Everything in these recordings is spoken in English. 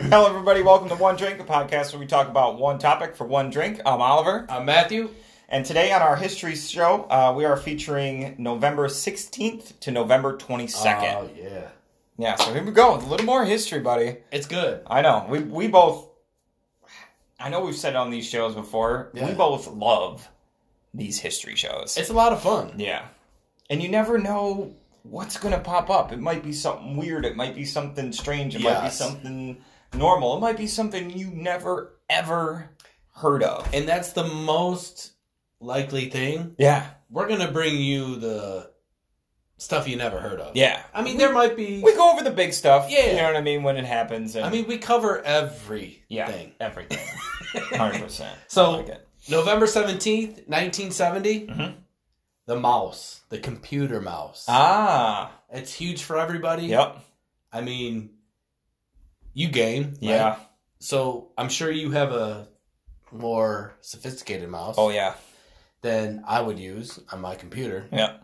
Hello, everybody. Welcome to One Drink, a podcast where we talk about one topic for one drink. I'm Oliver. I'm Matthew. And today on our history show, uh, we are featuring November 16th to November 22nd. Oh, yeah. yeah, so here we go. A little more history, buddy. It's good. I know. We, we both, I know we've said it on these shows before, we Yeah. both love these history shows. It's a lot of fun. Yeah. And you never know what's going to pop up. It might be something weird. It might be something strange. It might be Yes. something normal. It might be something you never, ever heard of. And that's the most likely thing. Yeah. We're going to bring you the stuff you never heard of. Yeah. I mean, there might be. We go over the big stuff. Yeah. You know what I mean? When it happens. And, I mean, we cover everything. yeah. Everything. 100%. I So, like it. November 17th, 1970, Mhm. the mouse, the computer mouse. Ah. it's huge for everybody. Yep. I mean, you game. right? Yeah. So, I'm sure you have a more sophisticated mouse. Oh, yeah. than I would use on my computer. Yeah.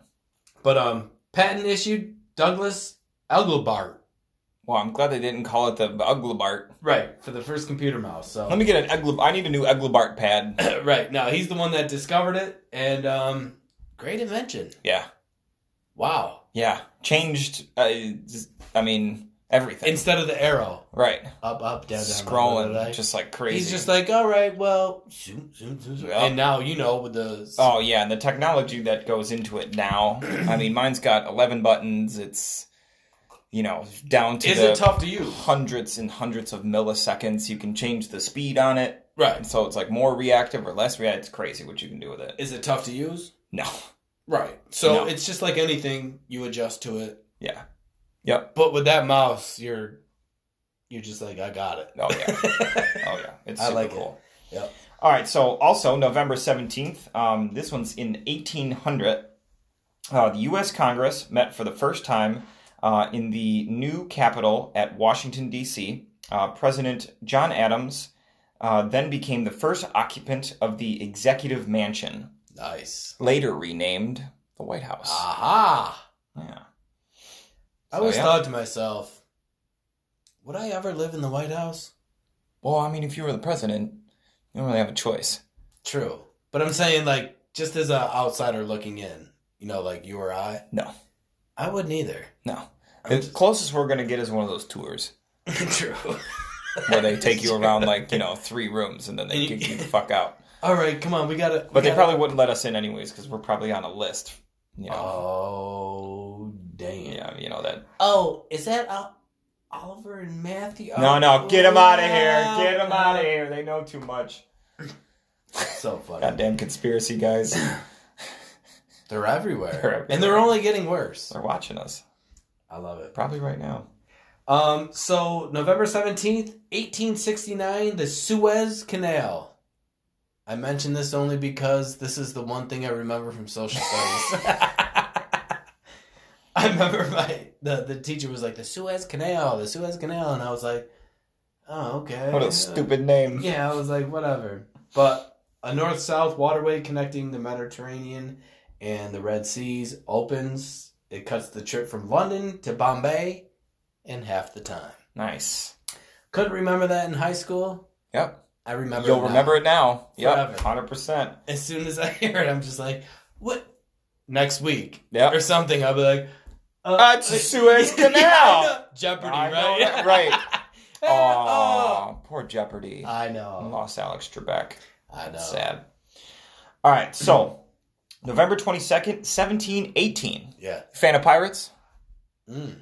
But um, patent issued Douglas Engelbart. Well, I'm glad they didn't call it the Uglabart. Right for the first computer mouse. Let So me get an Uglab. I need a new Uglabart pad. right now he's the one that discovered it, and um, great invention. Yeah. Wow! Yeah. Changed, uh, I mean, everything. Instead of the arrow, Right. up, up, down, down, Scrolling blah, blah, blah. just like crazy. He's just like, all right, well, zoom, zoom, zoom, zoom. Yeah. and now you know with the oh yeah, and the technology that goes into it now. I mean, mine's got eleven buttons. It's you know down to is the it tough to use? hundreds and hundreds of milliseconds. You can change the speed on it, Right. and so it's like more reactive or less reactive. It's crazy what you can do with it. Is it tough to use? No. Right. So No. it's just like anything, you adjust to it. Yeah. But with that mouse, you're you're just like, I got it. Oh yeah. Oh yeah, it's I super like it. cool. Yep. All right. So also November seventeenth. Um, this one's in eighteen hundred. Uh, the U.S. Congress met for the first time uh, in the new capital at Washington D.C. Uh, President John Adams uh, then became the first occupant of the Executive Mansion, nice. later renamed the White House. Ah. Aha! Yeah. I So, always yeah. thought to myself, would I ever live in the White House? Well, I mean, if you were the president, you don't really have a choice. True. But I'm saying, like, just as an outsider looking in, you know, like you or I. No. I wouldn't either. No. I'm The closest we're going to get is one of those tours. just- True. where they take you around like you know three rooms and then they kick you the fuck out. All right, come on, we gotta. But we they gotta- probably wouldn't let us in anyways because we're probably on a list. You know, Oh, damn. yeah, you know that. Oh, is that Ol- Oliver and Matthew? Oh, No, no, get them out of here! yeah. Get them out of here! They know too much. So funny. Goddamn conspiracy guys! They're They're everywhere. They're And they're only getting worse. watching us I love it. probably right now. Um, so November 17th, 1869, the Suez Canal. I mention this only because this is the one thing I remember from social studies. I remember my the, the teacher was like, the Suez Canal, the Suez Canal, and I was like, Oh, okay. What a stupid name! Yeah, I was like, whatever. But a north south waterway connecting the Mediterranean and the Red Seas opens. It cuts the trip from London to Bombay in half the time. Nice. Couldn't remember that in high school. Yep. I remember You'll it now. remember it now. Yep. Forever. Hundred percent. As soon as I hear it, I'm just like, what? Next week Yep. or something. I'll be like, uh, Uh, it's the Suez Yeah, I Canal. know. Jeopardy, I know right? that, right. oh. Oh, poor Jeopardy. I know. Lost Alex Trebek. I know. Sad. All right, so November 22nd, 1718. Yeah. Fan of pirates? Mm.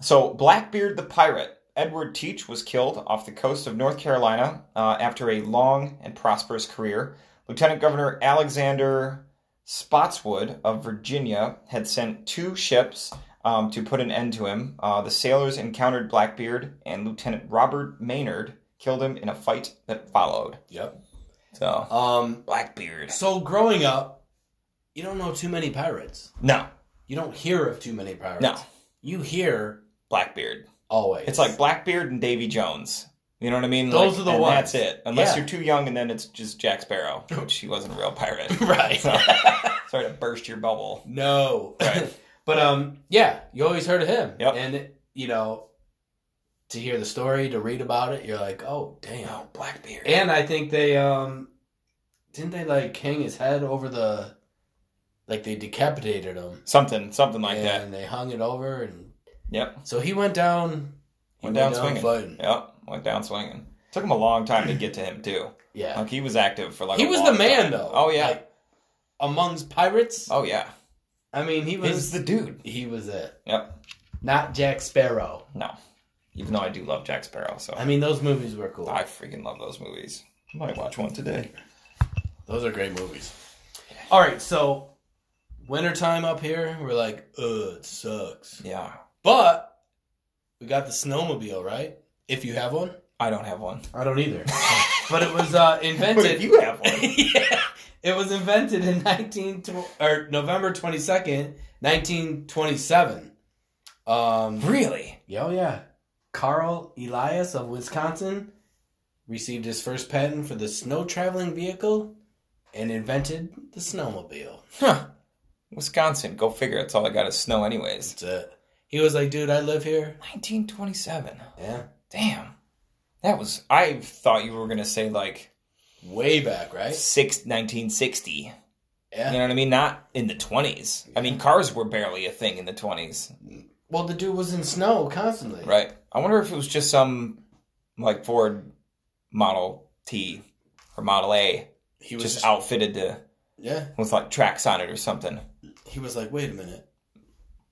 So, Blackbeard the pirate, Edward Teach, was killed off the coast of North Carolina uh, after a long and prosperous career. Lieutenant Governor Alexander Spotswood of Virginia had sent two ships um, to put an end to him. Uh, the sailors encountered Blackbeard, and Lieutenant Robert Maynard killed him in a fight that followed. Yep. So, Um. Blackbeard. So growing up, you don't know too many pirates. No, You don't hear of too many pirates. no, You hear Blackbeard. always. It's like Blackbeard and Davy Jones. You know what I mean? Those Like, are the and ones. That's it. Unless Yeah. you're too young, and then it's just Jack Sparrow, which he wasn't a real pirate. right. So, sorry to burst your bubble. no. Right. but um, yeah, you always heard of him. Yep. And you know, to hear the story, to read about it, you're like, oh damn. No, Blackbeard. And I think they um didn't they like hang his head over the like they decapitated him something, something like and that. they hung it over and Yep. so he went down. he Went down swinging. fighting. Yep. Went down swinging. Took him a long time to get to him too. Yeah, Like he was active for like. he a was long the man time. though. Oh yeah. Like, amongst pirates. oh yeah. I mean, he He was was the dude. he was it. Yep. Not Jack Sparrow. No. Even though I do love Jack Sparrow, so I mean, those movies were cool. I freaking love those movies. I might watch one today. Those are great movies. All right, so wintertime up here, we're like, ugh, it sucks. Yeah. But we got the snowmobile, right? If you have one, I don't have one. I don't either. but it was uh, But if invented. you have one. yeah, it was invented in 19 tw- or November 22nd, 1927. Um, really? yeah, oh yeah. Carl Elias of Wisconsin received his first patent for the snow traveling vehicle and invented the snowmobile. Huh. Wisconsin, go figure. That's all I got is snow anyways. That's it. He was like, dude, I live here. 1927. Yeah. Damn. That was I thought you were going to say like Way back, right? six, 1960. You Yeah. know what I mean? Not in the 20s. I mean, cars were barely a thing in the 20s. Well, the dude was in snow constantly. Right. I wonder if it was just some like Ford Model T or Model A He was just, just, outfitted to Yeah. with like tracks on it or something. He was like, wait a minute.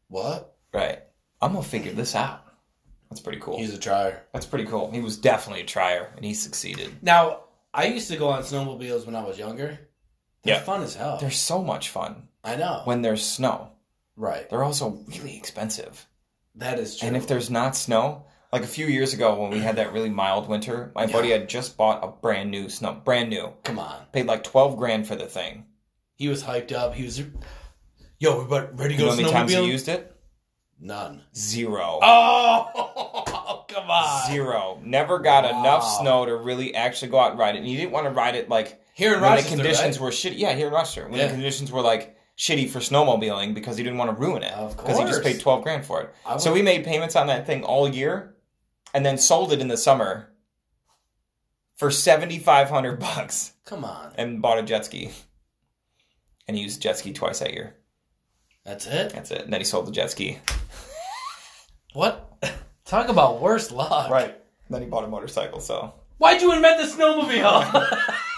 What? Right. I'm gonna figure this out. That's pretty cool. He's a trier. That's pretty cool. He was definitely a trier and he succeeded. Now, I used to go on snowmobiles when I was younger. They're Yeah. fun as hell. They're so much fun I know. when there's snow. right. They're also really expensive. That is true. And if there's not snow, like a few years ago when we had that really mild winter, my Yeah. buddy had just bought a brand new snow, brand new, Come on. paid like twelve grand for the thing. He was hyped up. He was, yo, we're about ready to You know go how many times he snowmobile. used it? None. Zero. Oh, come on. Zero. Never got Wow. enough snow to really actually go out and ride it. And you didn't want to ride it like Here in when Rochester, the conditions right? were shitty. Yeah, here in Rochester, when Yeah. the conditions were like shitty for snowmobiling because he didn't want to ruin it Of because he just course. paid twelve grand for it. I So would- we made payments on that thing all year, and then sold it in the summer for seventy five hundred bucks, Come on. and bought a jet ski. And he used jet ski twice that year. That's it. That's it. And then he sold the jet ski. What? Talk about worse luck. Then he bought a motorcycle. So. Why'd you invent the snowmobile?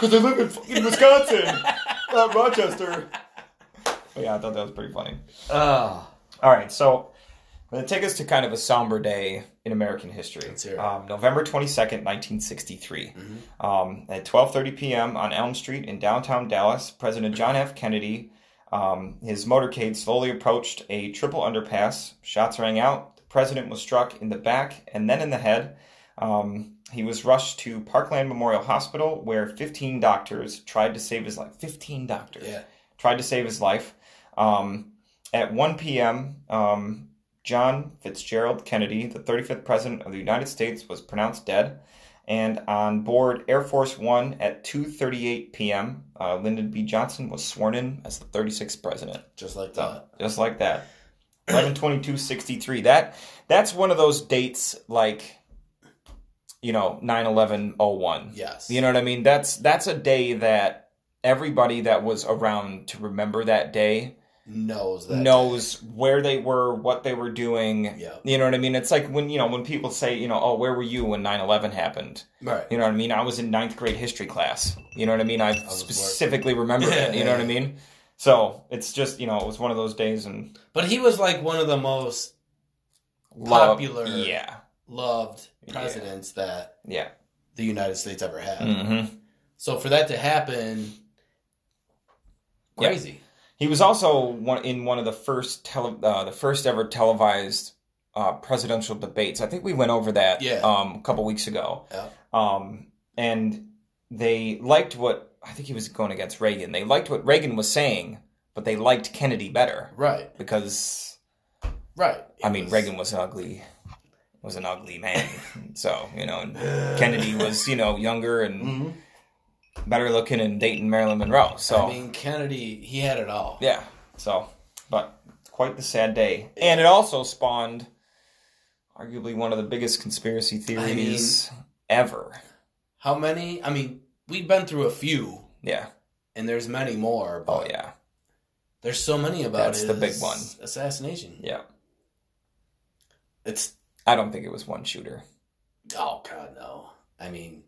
Because I live in fucking Wisconsin, not Rochester. But yeah, I thought that was pretty funny. Uh. oh, All right, so I'm going to take us to kind of a somber day in American history. Let's hear it. Mm-hmm. Um, November 22nd, 1963. Um, at 12.30 p.m. on Elm Street in downtown Dallas, President John F. Kennedy, um, his motorcade slowly approached a triple underpass. Shots rang out. The president was struck in the back and then in the head. Um, he was rushed to Parkland Memorial Hospital, where 15 doctors tried to save his life. 15 doctors yeah. tried to save his life. Um, at 1 p.m., um, John Fitzgerald Kennedy, the 35th President of the United States, was pronounced dead. And on board Air Force One at 2:38 p.m., uh, Lyndon B. Johnson was sworn in as the 36th president. Just like So, that. just like that, 11:22:63. That that's one of those dates, like you know, 9/11:01. Yes. You know what I mean? That's that's a day that everybody that was around to remember that day knows that. knows where they were, what they were doing. Yeah. You know what I mean? It's like when you know when people say, you know, oh, where were you when 9-11 happened? Right. You know what I mean? I was in ninth grade history class. You know what I mean? I, was specifically remember it. You know what I mean? So it's just you know it was one of those days and But he was like one of the most love- Popular. Yeah, loved Yeah. presidents that yeah. the United States ever had. hmm So for that to happen, Yeah. crazy. He was also one in one of the first tele, uh, the first ever televised uh, presidential debates. I think we went over that Yeah. um, a couple weeks ago. Yeah. Um, and they liked what I think he was going against Reagan. They liked what Reagan was saying, but they liked Kennedy better Right. because Right. I It mean was- Reagan was ugly was an ugly man. so, you know, and Kennedy was, you know, younger and Mhm. better looking and dating Marilyn Monroe. So I mean, Kennedy, he had it all. Yeah. So, but quite the sad day, and it also spawned arguably one of the biggest conspiracy theories ever. How many? I mean, we've been through a few, Yeah. and there's many more. But Oh yeah. There's so many about That's it. the big It's one. Assassination. Yeah. It's I don't think it was one shooter. oh god no. I mean,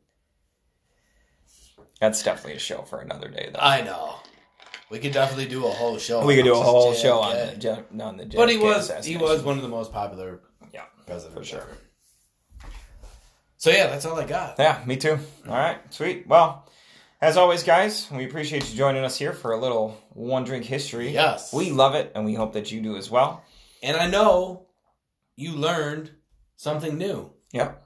That's definitely a show for another day though. I know. We could definitely do a whole show. we could do a on whole JFK. show on the Jeff, on the But he JFK was he assassination. was one of the most popular Yeah, presidents for sure. ever. So yeah, that's all I got. Yeah, me too. All right, sweet. Well, as always, guys, we appreciate you joining us here for a little one drink history. Yes. We love it, and we hope that you do as well. And I know you learned something new. Yep,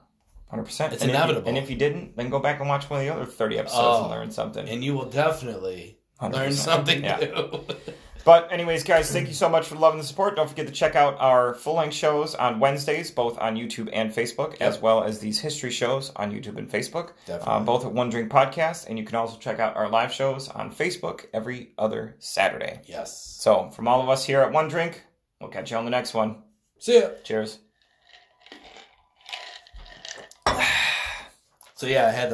hundred percent. It's and If inevitable. you, and if you didn't, then go back and watch one of the other thirty episodes Oh. and learn something. And you will definitely 100%. learn something Yeah. new. But anyways, guys, thank you so much for the love and the support. Don't forget to check out our full length shows on Wednesdays, both on YouTube and Facebook, as well as these history shows on YouTube and Facebook, Definitely. uh, both at One Drink Podcast. And you can also check out our live shows on Facebook every other Saturday. yes. So from all of us here at One Drink, we'll catch you on the next one. See ya. Cheers. So yeah, I had the